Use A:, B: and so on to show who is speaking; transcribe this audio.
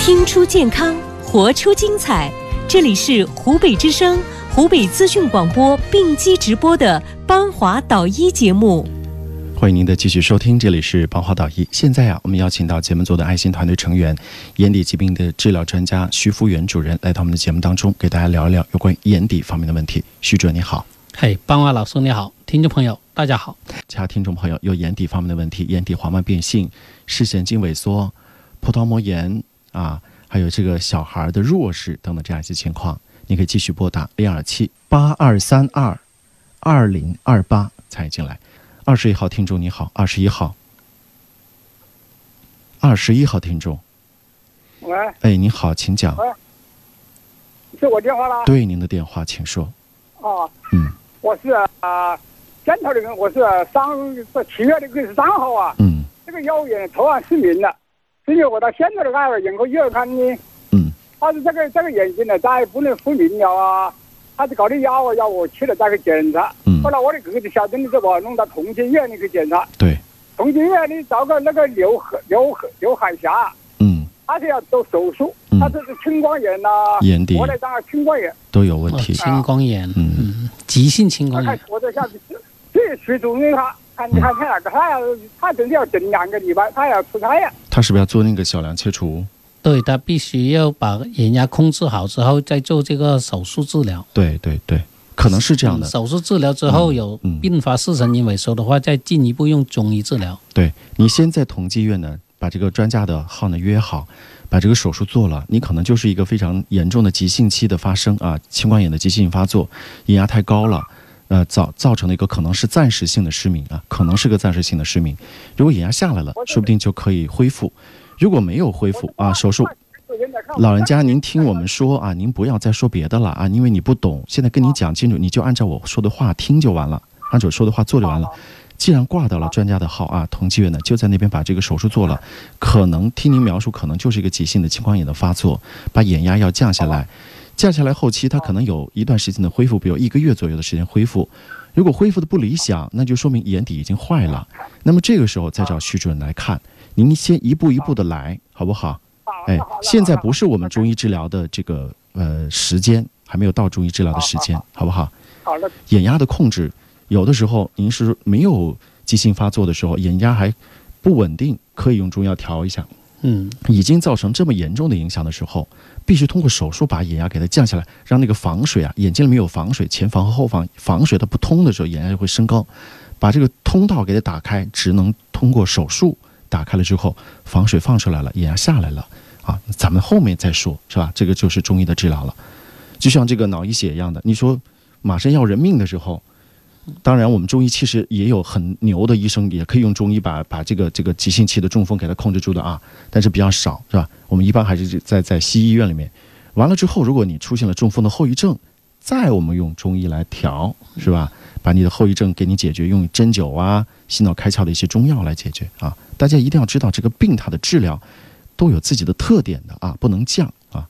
A: 听出健康，活出精彩。这里是湖北之声、湖北资讯广播并机直播的《邦华导医》节目。
B: 欢迎您的继续收听，这里是邦华导医。现在啊，我们邀请到节目组的爱心团队成员、眼底疾病的治疗专家徐福元主任来到我们的节目当中，给大家聊一聊有关于眼底方面的问题。徐主任你好，
C: 嘿，邦华老师你好，听众朋友大家好。
B: 其他听众朋友有眼底方面的问题，眼底黄斑变性、视神经萎缩、葡萄膜炎啊，还有这个小孩的弱视等等这样一些情况，你可以继续拨打零二七八二三二二零二八参与进来。二十一号听众你好，二十一号，二十一号听众，
D: 喂，
B: 哎，你好，请讲，
D: 是我电话啦。
B: 对您的电话，请说。
D: 啊，
B: 嗯
D: 我是啊，先头的人，我是上这七月的二十三号啊，
B: 嗯
D: 这个腰眼头啊失明了，所以我到现在的爱眼科医院看呢，
B: 嗯
D: 他是这个这个眼睛呢，再也不能复明了啊，他是搞的药啊，要我去了再去检查。
B: 嗯
D: 后，来我的哥哥小弟就把我弄到同济医院里去检查，
B: 对，
D: 同济医院里找个那个刘海刘海刘海霞，
B: 嗯，
D: 他是要做手术
B: 嗯，
D: 他这是青光眼呐、
B: 眼底
D: 我来障碍青光眼。
B: 都有问题
C: 哦、，青光眼，
B: 嗯
C: 嗯，急性青光
D: 他看
C: 眼，
D: 我这下子，这徐主任他，看你看他哪个，他要他真的要整两个礼拜，他要出差呀。
B: 他是不是要做那个小梁切除？
C: 对他必须要把眼压控制好之后再做这个手术治疗。
B: 对对对，可能是这样
C: 嗯
B: 的，
C: 手术治疗之后有
B: 嗯
C: 并发视神经萎缩的话，再进一步用中医治疗。
B: 对你先在同济医院呢，把这个专家的号呢约好，把这个手术做了，你可能就是一个非常严重的急性期的发生啊，青光眼的急性发作，眼压太高了。呃，造造成的一个可能是暂时性的失明啊，可能是个暂时性的失明。如果眼压下来了，说不定就可以恢复。如果没有恢复啊，手术老人家，您听我们说啊，您不要再说别的了啊，因为你不懂。现在跟你讲清楚，你就按照我说的话听就完了，按照我说的话做就完了。既然挂到了专家的号啊，同济院呢就在那边把这个手术做了，可能听您描述，可能就是一个急性的青光眼的发作，把眼压要降下来，降下来后期它可能有一段时间的恢复，比如一个月左右的时间恢复。如果恢复的不理想，那就说明眼底已经坏了。那么这个时候再找徐主任来看，您先一步一步的来，好不好？哎，现在不是我们中
D: 医。
B: 医治疗的这个呃时间，还没有到中医治疗的时间，好不好？
D: 好了，
B: 眼压的控制，有的时候您是没有急性发作的时候，眼压还不稳定，可以用中药调一下。
C: 嗯，
B: 已经造成这么严重的影响的时候，必须通过手术把眼压给它降下来，让那个防水啊，眼睛里面有防水，前房和后房防水它不通的时候，眼压就会升高，把这个通道给它打开，只能通过手术打开了之后，防水放出来了，眼压下来了啊，咱们后面再说，是吧？这个就是中医的治疗了，就像这个脑溢血一样的，你说马上要人命的时候。当然，我们中医其实也有很牛的医生，也可以用中医把把这个这个急性期的中风给它控制住的啊。但是比较少，是吧？我们一般还是在在西医院里面，完了之后，如果你出现了中风的后遗症，再我们用中医来调，是吧？把你的后遗症给你解决，用针灸啊、心脑开窍的一些中药来解决啊。大家一定要知道，这个病它的治疗都有自己的特点的啊，不能降啊。